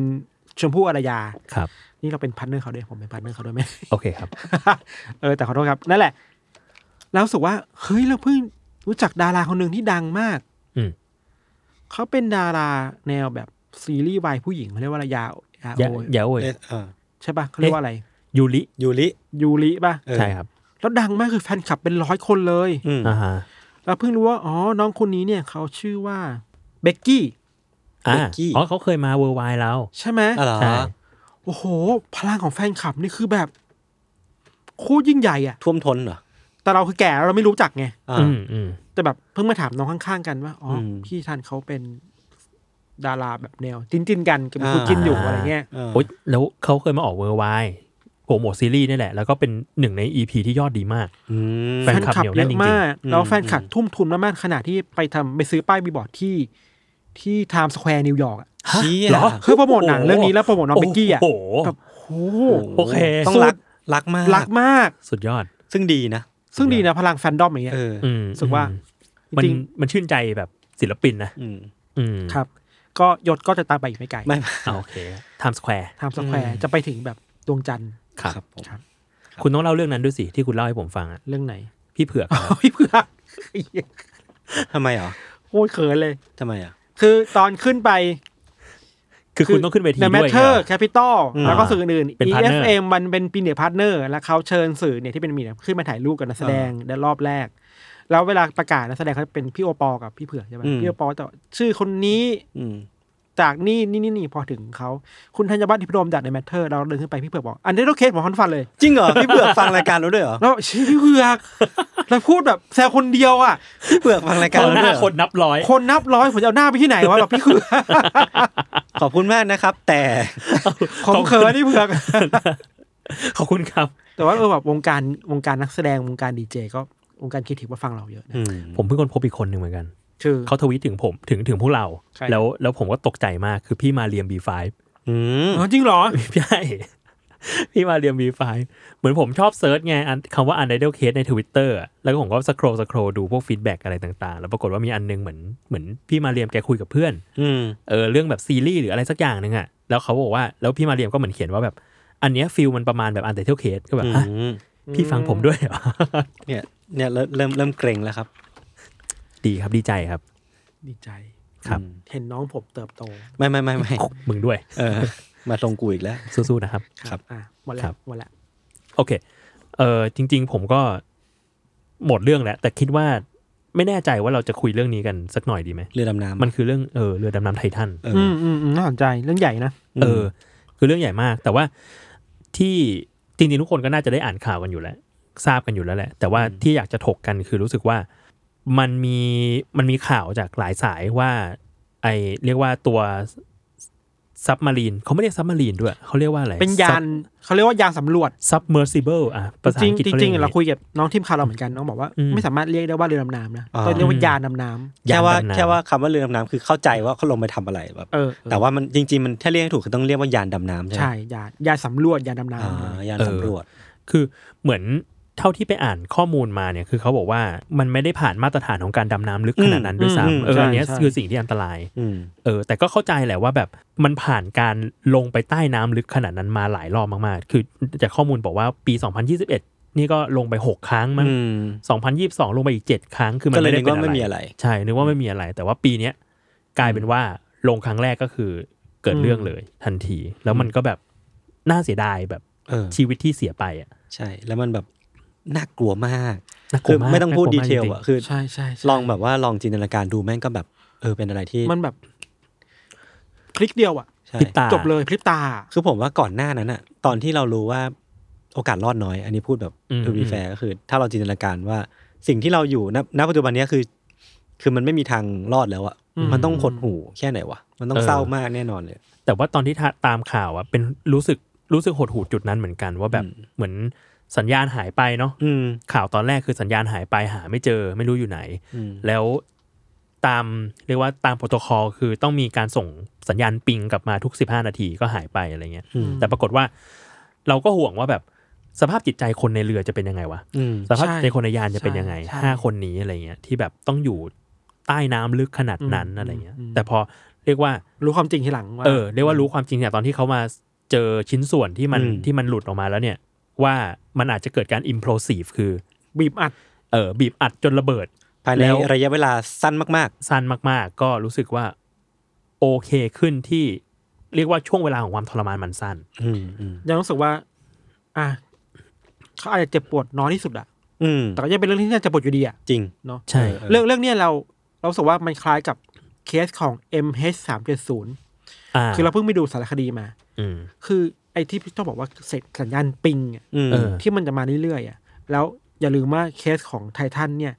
B: ชมพู่อารยา
C: ครับ
B: นี่เราเป็นพาร์ทเนอร์เขาด้วย ผมเป็นพาร์ทเนอร์เขาด้วยไหม *laughs*
C: โอเคครับ
B: เออแต่ขอโทษครับ นั่นแหละ แล้วรู้สึกว่า เฮ้ย เราเพิ่งรู้จักดาราคนหนึ่งที่ดังมาก
C: อืม
B: เขาเป็นดาราแนวแบบซีรีส์วายผู้หญิงเขาเรียกว่าอะไรยาวอ่ะ
C: อย่า
B: โอ้ย
C: อย่าโอ้ย
D: เอ๊ะอ่า
B: ใช่ปะเขาเรียกว่าอะไร
C: ยูริ
D: ยูริ
B: ยูริปะ
D: เออ
C: ใช่ครับ
B: แล้วดังมากคือแฟนคลับเป็นร้อยคนเลย
D: อืม
C: อ่าฮะ
B: เราเพิ่งรู้ว่า อ๋อ น้องคนนี้เนี่ยเขาชื่อว่าเบกกี้
C: อ่าอ๋อเขาเคยมาเวอร์ไวแล้ว
B: ใช่ไหม
D: อ๋อเหรอ
C: ใช่
B: โอ้โห พลังของแฟนคลับนี่คือแบบโคตรยิ่งใหญ่อะ
D: ท่วมท้นเหรอ
B: แต่เราคือแก่เราไม่รู้จักไง
D: อ่า
C: อืมอืม
B: แต่แบบเพิ่งมาถามน้องข้างๆกันว่า อ๋ออ
D: ม
B: พี่ทันเขาเป็นดาราแบบแนวจิ้นจินๆกันกับ
D: อ่า
B: คู่จิ้นอยู่อะไรเงี้ย
D: อ่า
C: โอ้ยแล้วเขาเคยมาออกเวอร์ไวโปรโมทซีรีส์นี่แหละ แล้วก็เป็นหนึ่งใน EP ที่ยอดดีมาก
D: อืม
C: แฟน คลับ
B: เยอะ
C: เหนียวแน่นจริงๆ
B: มาก แล้ว
D: อืม
B: แฟนคลับทุ่มทุนมากๆขนาดที่ไปทำไปซื้อป้ายบีบอร์ดที่ที่ไทม์สแควร์นิวยอร์กอะ
D: เชี่ย
C: เหรอ
B: เพื่อโปรโมทหนังเรื่องนี้แล้วโปรโมทน้องเบกกี้อ่ะ
C: โอ้โห
B: แบบโห
C: โอเค
D: ต้องรักรักมาก
B: รักมาก
C: สุดยอด
D: ซึ่งดีนะ
B: ซึ่งดีนะพลังแฟนดอมอย่างเงี้ย
D: เออ
C: อืม
B: รู้สึกว่า
C: มัน
B: จริง
C: มันชื่นใจแบบศิลปินนะ
D: อืม
C: อืม
B: ๆครับ ก็ยศก็จะตามไปอีกไม่ไกล
D: ไม่
C: อ่าโอเคไทม์สแควร์
B: ไทม์สแควร์จะไปถึงแบบดวงจันทร์
C: ครับ
D: ครับผม
B: ครับ
C: คุณต้องเล่าเรื่องนั้นด้วยสิที่คุณเล่าให้ผมฟังอะ
B: เรื่องไหน *laughs*
C: พี่เผือกครับ
B: เฮ้ยเพื่อน *laughs* ไอ้เหี้ย
D: ทำไมเหรอ
B: โอ้ยเขินเลย
D: ทำไมอ่ะ
B: คือตอนขึ้นไป
C: คือคุณต้องขึ้นเวที
B: ใน
C: ด้วย
B: แมท
C: นี่ย
B: เ e อ
C: หร
B: ร์แคปิตอล
D: อืม
B: แล้วก็สื่ออื่นๆ
C: เป็น partner
B: EFM มันเป็นปีเนียพาร์ทเนอร์แล้วเขาเชิญสื่อเนี่ยที่เป็นมีเนี่ยขึ้นมาถ่ายรูปกับนักแสดงในรอบแรก แล้วเวลาประกาศนักแสดงเขาจะเป็นพี่โอปอกับพี่เผือกใช่ไหม
D: อืม
B: พี่โอปอจะชื่อคนนี้
D: อืม
B: จากนี่นี่นี่นี่พอถึงเขาคุณธัญวัฒน์ที่พิรมจากในแมทเทอร์เราเดินขึ้นไปพี่เผือกบอกอันนี้เราเคสของคอนฟันเลย
D: จริงเหรอ พี่เบือกฟังรายการเราด้วยเหรอ
B: แล้วชี้พี่เผือก *laughs* แล้วพูดแบบแซวคนเดียวอ่ะ
D: พี่เบือกฟังรายการ
C: เอา
D: เรา
C: ห
D: ด้ว
C: น้าย
D: เหรอ
C: คนนับร้อย
B: คนนับร้อยผมจะเอาหน้าไปที่ไหนวะแบบพี่เผือก *laughs*
D: ขอบคุณมากนะครับ แต่
B: ผมเขินพี่เผือก
C: ขอบคุณครับ
B: แต่ว่าเออแบบวงการวงการนักแสดงวงการดีเจก็วงการคิดถึงว่าฟังเราเยอะนะ
C: ผมเพิ่งคนพบอีกคนหนึ่งเหมือนกัน
B: คือ
C: เขาทวีตถึงผมถึงถึงพวกเรา
B: ใช่
C: แล้วแล้วผมก็ตกใจมากคือพี่มาเรียม B5
D: อืม
B: อ๋อจริงเหรอ
C: พี่ไอ้พี่มาเรียม B5 เหมือนผมชอบเซิร์ชไงอันคำว่า untitled case ใน Twitter อะแล้วก็ผมก็สครอลสครอลดูพวกฟีดแบ็กอะไรต่างๆ แล้วปรากฏว่ามีอันนึงเหมือนเหมือนพี่มาเรียมแกคุยกับเพื่อน
D: อืม
C: เออเรื่องแบบซีรีส์หรืออะไรสักอย่างหนึ่งอะแล้วเขาบอกว่าแล้วพี่มาเรียมก็เหมือนเขียนว่าแบบ อันเนี้ยฟิลมันประมาณแบบอันเดอร์เคสก็แบบฮะ
D: อืม
C: พี่ฟังผมด้วย *laughs* เหรอ
D: เนี่ยเนี่ยเริ่มเริ่มเริ่มเกรงแล้วครับ
C: ดีครับดีใจครับ
B: ดีใจ
C: ครับ
D: อืม
B: เห็นน้องผมเติบโต
D: ไม่ไม่ไม่ไม่
C: มึงด้วย
D: เออ มาตรงกูอีกแล้ว
C: สู้ๆนะครับ
D: ครับ
B: อ่ะหมดแล้
C: ครั
B: ว
C: บ
B: หมดแล้ว
C: โอเค เออจริง ๆ ผมก็หมดเรื่องแล้ว แต่คิดว่าไม่แน่ใจว่าเราจะคุยเรื่องนี้กันสักหน่อยดีไหม
D: เรือดำน้ำ
C: มันคือเรื่องเออเรือดำน้ำไททัน
D: เอ
B: อื
D: อ
B: มอืมอืมน่าสนใจเรื่องใหญ่นะ
C: เออ คือเรื่องใหญ่มาก แต่ว่าที่จริงๆทุกคนก็น่าจะได้อ่านข่าวกันอยู่แล้ว ทราบกันอยู่แล้วแหละ แต่ว่าที่อยากจะถกกันคือรู้สึกว่ามันมีมันมีข่าวจากหลายสายว่า ไอเรียกว่าตัว ซับมารีนเขาไม่เรียกซับมารีนด้วย เขาเรียกว่าอะไร
B: เป็นยานเขาเรียกว่ายานสำรวจ
C: ซับเมอร์ซิเบิลอ่ะภาษา
B: จริ
C: อั
B: ง
C: งกฤษ
B: จ
C: เขาเรี
B: ริ
C: ย
B: ง
C: กอ
B: ๆ
C: ย่าง
B: เรา
C: นี้
B: คุยกับน้องทีมข่าวเราเหมือนกันน้องบอกว่า
C: อืม
B: ไม่สามารถเรียกได้ว่าเรือดำน้ำนะ
D: อ่า
B: ต้องเรียกว่ายานดำน้
D: แค่ว่า
C: ดำน้ำ
D: แค่ว่าคำว่าเรือดำน้ำคือเข้าใจว่าเขาลงไปทำอะไรแบบ
B: ำเออเออ
D: แต่ว่ามันจริง ๆ มันถ้าเรียกให้ถูกคือต้องเรียกว่ายานดำน้ำใช่ไหม
B: ใช่ยานยานสำรวจยานดำน้
D: อ่ายานสำรวจ
C: คือเหมือนเท่าที่ไปอ่านข้อมูลมาเนี่ยคือเขาบอกว่ามันไม่ได้ผ่านมาตรฐานของการดำน้ำลึกขนาดนั้นด้วย
D: อืม
C: ซ้ำเออ
D: ใช่
C: อันเนี้ยคือสิ่งที่อันตราย
D: อืม
C: เออแต่ก็เข้าใจแหละว่าแบบมันผ่านการลงไปใต้น้ำลึกขนาดนั้นมาหลายรอบมากๆ คือจากข้อมูลบอกว่าปี 2021 นี่ก็ลงไป 6 ครั้งมั้ง
D: อืม
C: 2022 ลงไปอีก 7 ครั้ง คือมัน
D: ก็เลย
C: ไม่ได้
D: นึก
C: เป็น
D: ว่า
C: อะไร
D: ไม่มีอะไร
C: ใช่นึกว่าไม่มีอะไร แต่ว่าปีเนี้ยกลายเป็นว่าลงครั้งแรกก็คือเกิดเรื่องเลยทันที แล้วมันก็แบบน่าเสียดายแบบ
D: เออ
C: ชีวิตที่เสียไปอ่ะ
D: ใช่ แล้วมันแบบน่ากลัวมาก
C: น่ากลั
D: คื
C: ว
D: อ
C: มาก
D: ไม่ต้องพูด
C: น่าก
D: ดี
C: ลัว
D: เทล
C: มากจริงๆ
D: อ่ะคือ
B: ำใช่ใช่ใช่
D: ลองแบบว่าลองจินตนาการดูแม่งก็แบบ เออเป็นอะไรที่
B: มันแบบคลิกเดียวอ่ะ
D: ใช่
C: พริบตา
B: จบเลยพริบตา
D: คือผมว่าก่อนหน้านั้นอะตอนที่เรารู้ว่าโอกาสรอดน้อย อันนี้พูดแบบ
C: อืม
D: ทูบีแฟร์ก็คือ ถ้าเราจินตนาการว่าสิ่งที่เราอยู่ณณปัจจุบันเนี้ยคือ คือมันไม่มีทางรอดแล้วอะ
B: อืม
D: มันต้องหดหูแค่ไหนวะมันต้อง
C: เออ
D: เศร้ามากแน่นอนเลย
C: แต่ว่าตอนที่ทะตามข่าวอ่ะเป็นรู้สึกรู้สึกหดหู่จุดนั้นเหมือนกัน ว่าแบบ
D: อืม
C: เหมือนสัญญาณหายไปเนาะ
D: อืม
C: ข่าวตอนแรกคือสัญญาณหายไปหาไม่เจอไม่รู้อยู่ไหน
D: อืม
C: แล้วตามเรียกว่าตามโปรโตคอลคือต้องมีการส่งสัญญาณปิงกลับมาทุก 15 นาทีก็หายไปอะไรเงี้ย
D: อืม
C: แต่ปรากฏว่า เราก็ห่วงว่าแบบสภาพจิตใจคนในเรือจะเป็นยังไงวะ
D: อืม
C: สภาพ
B: ใช่
C: จิตใจคนในยานจะเป็นยังไง
B: ใช่
C: ห้าคนนี้อะไรเงี้ยที่แบบต้องอยู่ใต้น้ำลึกขนาดนั้น
B: อืม
C: อะไรเงี้ย
B: อืม
C: แต่พอเรียกว่า
B: รู้ความจริงทีหลังว่า
C: เออเรียกว่ารู้ความจริงเนี่ยตอนที่เขามาเจอชิ้นส่วนที่มันที่มันหลุดออกมาแล้วเนี่ย ว่ามันอาจจะเกิดการ implosive คือ
B: บีบอัด
C: เออบีบอัดจนระเบิด
D: ภายใน
C: แล้ว
D: ระยะเวลาสั้นมาก
C: สั้นมากๆ ก็รู้สึกว่า โอเคขึ้นที่เรียกว่าช่วงเวลาของความทรมานมันสั้น
D: ๆ อืมอืม
B: ยังรู้สึกว่า อ่ะเขาอาจจะเจ็บปวดน้อยที่สุดอะ
D: อืม
B: แต่ก็ยังเป็นเรื่องที่น่าจะปวดอยู่ดีอะ
D: จริง
B: เนาะ
C: ใช่
B: เรื่องเรื่องเนี้ยเราเรารู้สึกว่ามันคล้ายกับเคสของ MH 3 7
C: อ่า
B: 0คือเราเพิ่งไปดูสารคดีมา
C: อืม
B: คือไอ้ที่พี่ต้องบอกว่าเสร็จสัญญาณปิงอะ
D: อืม
C: เออ
B: ที่มันจะมาเรื่อยๆอะแล้วอย่าลืมว่าเคสของไททันเนี่ย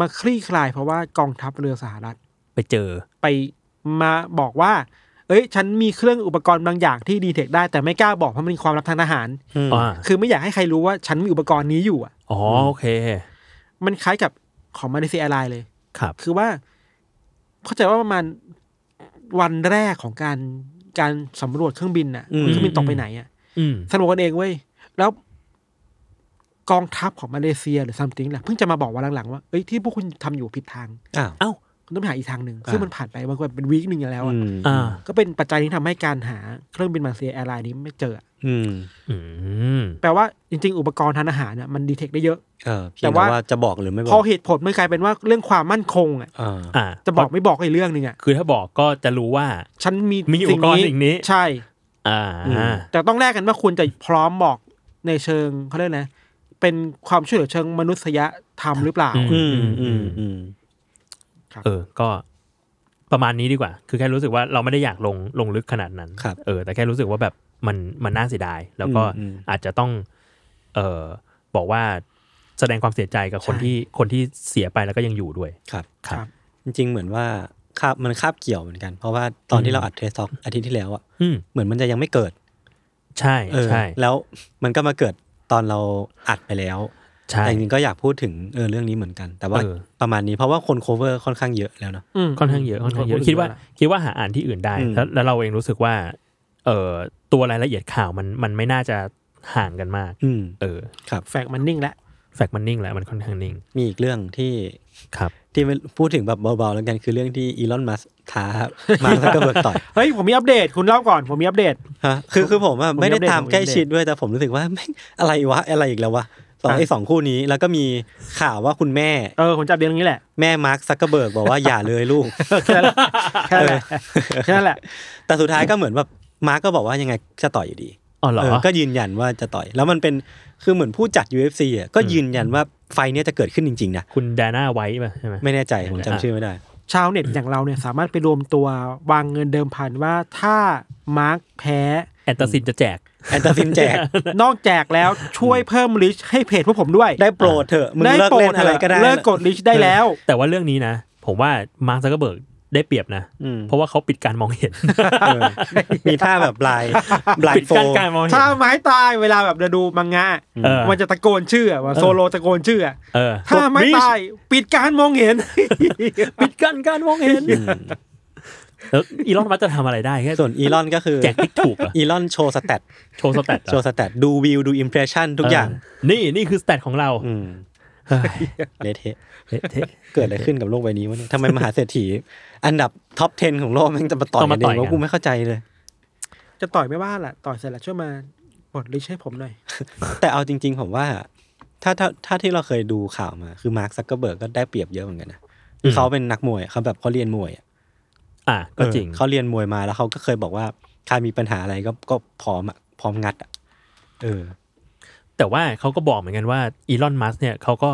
B: มาคลี่คลายเพราะว่ากองทัพเรือสหรัฐ
C: ไปเจอ
B: ไปมาบอกว่า เอ้ย ฉันมีเครื่องอุปกรณ์บางอย่างที่ดีเทคได้แต่ไม่กล้าบอกเพราะมันเป็นความลับทางทหาร
D: อืม
C: อ่า
B: คือไม่อยากให้ใครรู้ว่าฉันมีอุปกรณ์นี้อยู่อ่ะ
C: อ๋อโอเค
B: มันคล้ายกับของมาเลเซียแอร์ไลน์เลย
C: ครับ
B: คือว่า เข้าใจว่าประมาณวันแรกของการการสำรวจเครื่องบินน่ะ
C: อืม
B: เครื่องบินตกไปไหนอ่ะ
C: อืม
B: สนุกกันเองเว้ย แล้วกองทัพของมาเลเซียหรือซัมติงแหละเพิ่งจะมาบอกวันหลังๆว่าเอ้ยที่พวกคุณทำอยู่ผิดทาง
D: อ้าว
C: เอ้า
B: คุณต้องไปหาอีกทางหนึ่งซึ่งมันผ่านไปมันก็เป็นวีคหนึ่งแล้ว
D: อื
B: อะ
D: ม
C: อ่า
B: ก็เป็นปัจจัยที่ทำให้การหาเครื่องบินมาเลเซียแอร์ไลน์นี้ไม่เจออะ
D: อืม
C: อืม
B: แปลว่าจริง ๆ อุปกรณ์ทางอาหารน่ะมันดีเทคได้เยอะ
D: เออเพียงแต่
B: แต่ว่า
D: ว่าจะบอกหรือไม่บ
B: พอ
D: อก
B: เหตุผลมันกลายเป็นว่าเรื่องความมั่นคงอ่ะ
D: อ่า
C: อ่า
B: จะบอกไม่บอกก็อีกเรื่องหนึ่งอ่ะ
C: คือถ้าบอกก็จะรู้ว่า
B: ฉันมี
C: มีอุปกรณ์สิ่งนี้
B: ใช่
C: อ่า
D: อืม
B: แต่ต้องแลกกันว่าคุณจะพร้อมบอกในเชิงเขาเรียกนะ เป็นความช่วยเหลือเชิงมนุษยธรรมหรือเปล่า
D: อืมอืมอืม
C: เออ ก็ประมาณนี้ดีกว่า คือแค่รู้สึกว่าเราไม่ได้อยากลงลงลึกขนาดนั้น
D: ครับ
C: เออ แต่แค่รู้สึกว่าแบบมันมันน่าเสียดาย แล้วก็
D: อืมอืม
C: อาจจะต้อง เออบอกว่าแสดงความเสียใจกับคน
B: ใช่
C: ที่คนที่เสียไปแล้วก็ยังอยู่ด้วย
D: ครับ
C: ครับ
D: จริงๆ เหมือนว่าคาบมันคาบเกี่ยวเหมือนกัน เพราะว่าตอนที่เราอัดเทสท็อกอาทิตย์ที่แล้วอะ
C: อืม
D: เหมือนมันจะยังไม่เกิด
C: ใช่
D: เออ
C: ใช่
D: แล้วมันก็มาเกิดตอนเราอัดไปแล้ว
C: ใช่
D: แต่จริงๆก็อยากพูดถึงเออเรื่องนี้เหมือนกัน แต่ว่า
C: เออ
D: ประมาณนี้เพราะว่าคน cover ค่อนข้างเยอะแล้วเนอะ
B: ม
C: ค่อนข้างเยอะค่อนข้างเยอะ
B: พูถึ
C: คิดว่า
B: แล้
C: คิดว่าหาอ่านที่อื่นได้
D: อืม
C: แล้วแล้วเราเองรู้สึกว่า เออตัวรายละเอียดข่าวมันมันไม่น่าจะห่างกันมาก
D: อืม
C: เออ
D: ครับ
B: แฟกมันนิ่งแล้ว
C: แฟกมันนิ่งแหละมันค่อนข้างนิ่ง
D: มีอีกเรื่องที่
C: ครับ
D: ที่พูดถึงแบบเบาๆแล้วกันคือเรื่องที่อีลอนมัสท้ามาแล้วก็เบิกต่อย *laughs*
B: เฮ้ยผมมีอัปเดต คุณเล่าก่อนผมมีอัปเดต
D: ฮะคือคือผมอะ
B: ผม
D: ไม่ได้
B: อัปเดต
D: ตาม
B: ผม
D: ใกล้
B: อัปเดต
D: ชิดด้วยแต่ผมรู้สึกว่าแม่งอะไรวะอะไรอีกแล้ววะสองไอ้สองคู่นี้แล้วก็มีข่าวว่าคุณแม่
B: เออผมจะอัปเดตตรงนี้แหละ
D: แม่มาร์คซักเกอร์เบิร์กบอกว่า อย่าเลยลูก *laughs*
B: แค่นั้นแหละแค่นั้นแหละแค่นั้นแหละ
D: แต่สุดท้ายก็เหมือนแบบมาร์คก็บอกว่ายังไงจะต่อยอยู่ดี
C: อ๋อเหรอ
D: เออก็ยืนยันว่าจะต่อย แล้วมันเป็นคือเหมือนผู้จัด UFC อ่ะก็ยืนยันว่าไฟท์เนี้ยจะเกิดขึ้นจริง ๆ นะ
C: คุณแดน่าไว้ป่ะใช่ไหม
D: ไม่แน่ใจผมจำชื่อไม่ได้
B: ชาวเน็ตอย่างเราเนี่ยสามารถไปรวมตัววางเงินเดิมพันว่าถ้ามาร์กแพ้
C: แอนตาซินจะแจก
D: แอนตาซินแจก
C: *laughs*
B: นอกแจกแล้วช่วยเพิ่มลิชให้เพจพวกผมด้วย
D: ได้โปรดเถอะมึง
B: ได้
D: เลิก
B: โปร
D: เล่
B: ด
D: นอะไรก็ได้
B: เลิกกดลิชได้แล้ว
C: แต่ว่าเรื่องนี้นะ ผมว่ามาร์คซักเกอร์เบิร์ก ได้เปรียบนะ
D: อืม
C: เพราะว่าเขาปิดการมองเห็น
D: เออมีท่าแบบบ
C: *laughs*
D: ลายบลาย
C: ปิด
D: โฟ
C: กั้นการมองเห็น
B: ถ้าไม้ตายเวลาแบบเราดูมังงะ
C: เออ
B: มันจะตะโกนชื่ออะว่าโซโลตะโกนชื่ออะ
C: เออ
B: ถ้าไม้ตายปิดการมองเห็น
C: ปิดกั้นการมองเห็นแล้วอีลอนมัสก์จะทำอะไรได้แค่
D: ส่วนอีลอนก็คือ
C: แจกติ๊กถูกเหรอ
D: อีลอนโชว์สแตท
C: โชว์ส *laughs* แตทเหรอ
D: โชว์สแตทดูวิวดูอิมเพรสชันทุกอย่าง
C: เนี่นี่คือสแตทของเรา
D: อืม
C: เฮ้ย
D: เละเทะ
C: เละเทะ
D: เกิดอะไรขึ้นกับโลกใบนี้วะเนี่ยทำไมมหาเศรษฐี อันดับท็อป 10 ของโลกแมันจะมาต่อย
C: ต้อง
D: กั
C: มาน ต่
D: เอ
C: อย
D: ง
C: กัน
D: วะกูไม่เข้าใจเลย
B: *laughs* จะต่อยไม่ว่าล่ะ ต่อยเสร็จแล้วช่วยมาบดลิชให้ผมหน่อย
D: แต่เอาจริง ๆ ผมว่า ถ้าถ้าถ้าที่เราเคยดูข่าวมา คือมาร์คซักเกอร์เบิร์กก็ได้เปรียบเยอะเหมือนกันนะคือเขาเป็นนักมวยเขาแบบเขาเรียนมวยอะ
C: อ่ะก็จริง
D: เออเขาเรียนมวยมาแล้วเขาก็เคยบอกว่าใครมีปัญหาอะไรก็ก็พร้อมอะพร้อมงัดอะเออ
C: แต่ว่าเขาก็บอกเหมือนกันว่าอีลอนมัสเนี่ยเขาก็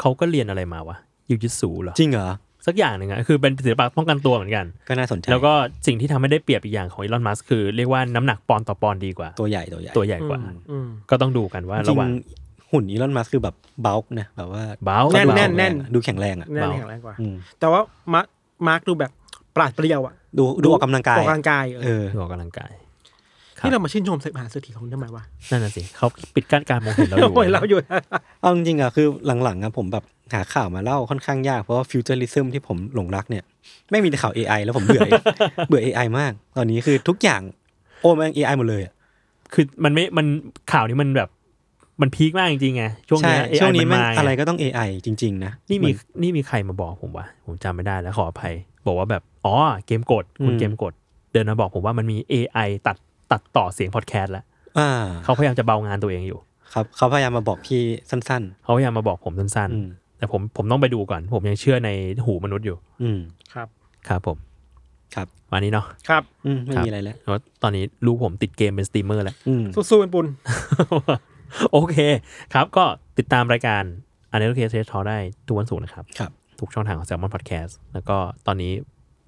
C: เขาก็เรียนอะไรมาวะยูจิสูเหรอ
D: จริงเหรอ
C: สักอย่างหนึ่งอะคือเป็นศิลปะป้องกันตัวเหมือนกัน
D: ก็น่าสนใจ
C: แล้วก็สิ่งที่ทำให้ได้เปรียบอีกอย่างของอีลอนมัสคือเรียกว่าน้ำหนักปอนด์ต่อปอนด์ดีกว่า
D: ตัวใหญ่ตัวใหญ่
C: ตัวใหญ่กว่า
B: อืม
C: ก็ต้องดูกันว่า
D: จริ
C: ระ
D: ง
C: หว่าง
D: หุ่นอีลอนมัสคือแบบเบ้านะแบบว่า
C: เบา
B: แน่น
C: กับ
B: แน่
C: เบาน
B: แน่น
D: ดูแข็งแรงอะ
B: แน่นแข็งแรงกว่า
D: อืม
B: แต่ว่ามาร์คมาร์คดูแบบปราดเปรียวอะ
D: ดูดูออกกำลังกาย
B: ออกกำลังกายเอ
D: เอ
B: อ
D: อ
C: ออกกำลังกาย ครับ
B: ที่เรามาชื่นชมเสกมหาเศรษฐีของทำไมวะ
C: นั่นน่ะสิเขาปิดกั้นการมองเห็นเรา
B: โอ้ยเรา
C: อยู่
B: อยู่
D: เอาจริงๆอะคือหลังๆอะผมแบบหาข่าวมาเล่าค่อนข้างยากเพราะว่าฟิวเจอริซึมที่ผมหลงรักเนี่ยไม่งมีแต่ข่าว AI แล้วผม
C: *laughs*
D: เบื่อ เบื่อ AI มาก ตอนนี้คือทุกอย่างโอ้แมัน AI หมดเลยอะ
C: คือมันไม่มันข่าวนี้มันแบบมันพีคมากจริงๆไงช่วง
D: ใช่
C: เนี้ย AI
D: ช่วงนี้แมัน
C: มา
D: อะไร
C: ไง
D: ก็ต้อง AI จริง ๆ นะ
C: นี่มี
D: เหอ
C: นี่มีใครมาบอกผมว่าผมจำไม่ได้แล้วขออภัย บอกว่าแบบอ๋อเกมกดคุณ
D: อืม
C: เกมกด เดินมาบอกผมว่ามันมี AI ตัดตัดต่อเสียงพอดแคสต์แล้ว
D: อ่า
C: เขาพยายามจะเบางานตัวเองอยู่
D: ครับเขาพยายามมาบอกพี่สั้น
C: เขาพยายามมาบอกผมสั้น
D: ๆ อืม
C: ๆแต่ผมผมต้องไปดูก่อน ผมยังเชื่อในหูมนุษย์อยู่
D: อืม
B: *laughs* ครับ
C: ครับผม
D: ครับ
C: วันนี้เนาะ
B: ครับ
D: อืมไม่
C: ครับ
D: มีอะไรแล้ว
C: เพราะตอนนี้ลูกผมติดเกมเป็นสตรีมเมอ
D: *laughs*
C: ร์แล้ว
D: อืม
B: สู้ๆเป็นปุน
C: โอเคครับก็ติดตามรายการอันเดอร์เคสเทสทอได้ทุกวันศุกร์นะครับ
D: ครับ
C: ทุกช่องทางของ s ซ l m o n Podcast แล้วก็ตอนนี้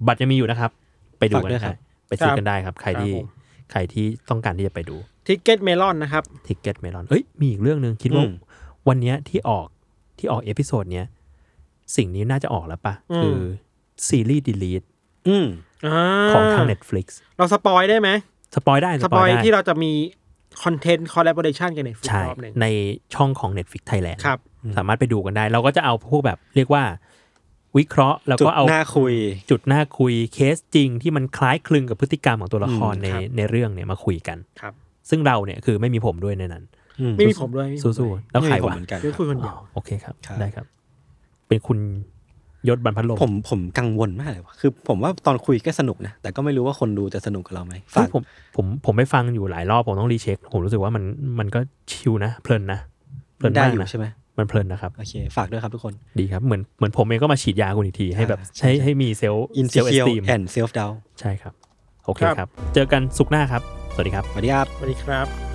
C: บัตรยังมีอยู่นะครับ ไปดูกัน
D: ฝากด้วยครั
C: ได้
D: บ
C: ไปซื้อ
B: ครับ
C: กันได้ครับ ใครที่
B: ครับผม
C: ใครที่ต้องการที่จะไปดู
B: ทิกเก็ตเมลอนนะครับ
C: ทิกเก็ตเมลอนเอ้ยมีอีกเรื่องหนึ่งคิดว่า
D: อืม
C: วันเนี้ยที่ออกที่ออกเอพิโซดเนี้ยสิ่งนี้น่าจะออกแล้วปะ
B: อืม
C: คือซีรีส์ดีลีท
D: อืม
C: ของทาง Netflix
B: เราสปอยได้ไหม
C: สปอยได้
B: สปอย
C: ได้
B: ที่เราจะมีคอนเทนต์คอลลาบอร์ชันกันในฟุต
C: ใช่
B: รอบหนึ่ง
C: ในช่องของ Netflix Thailand
B: ครับ
C: สามารถไปดูกันได้ เราก็จะเอาพวกแบบเรียกว่า วิเคราะห์แล้ว
D: จุด
C: ก็เอา
D: หน้าคุย
C: จุดหน้าคุยเคสจริงที่มันคล้ายคลึงกับพฤติกรรมของตัวละคร
D: อืม
C: ใน
D: ครับ
C: ในเรื่องเนี่ยมาคุยกัน
B: ครับ
C: ซึ่งเราเนี่ยคือไม่มีผมด้วยในนั้น
D: อืม
B: ไม่มีผมด้วยไม่มีผม
C: สู้
B: ด้วย
C: ๆ แล้วใคร
D: ไม่มีผม
C: วะ
D: เหมือนกัน
B: เรื่องคุยคนเดี
C: อ๋
B: ย
C: อ
B: ว
C: โอเคครับ
D: ครับ
C: ได้ครับ เป็นคุณยศบรรพันลม
D: ผมผมกังวลมากเลยว่ะคือผมว่าตอนคุยก็สนุกนะแต่ก็ไม่รู้ว่าคนดูจะสนุกกับเราไหม
C: เฮ้
D: ฝาย ก
C: ผมผมผมไปฟังอยู่หลายรอบผมต้องรีเช็ค ผมรู้สึกว่ามันมันก็ชิลนะเพลินนะเพลิน
D: ได้
C: มาก
D: อยู่
C: นะ
D: ใช่ไหม
C: มันเพลินนะครับ
D: โอเค ฝากด้วยครับทุกคน
C: ดีครับ เหมือนเหมือนผมเองก็มาฉีดยาคุณอีกที ให้แบบ
D: ใช่
C: ให้
D: ใช่
C: ให้มีเซลล์
D: อิน
C: เซ
D: ซิ
C: ลล์เอส
D: เคียว
C: ตีม
D: แอนด์เซลฟ์ดาว
C: ใช่ครับ โอเค
B: ครับ
C: ครับ เจอกันสุกร์หน้าครับ สวัสดีครับ
D: สวัสดีครับ
B: สวัสดีครับ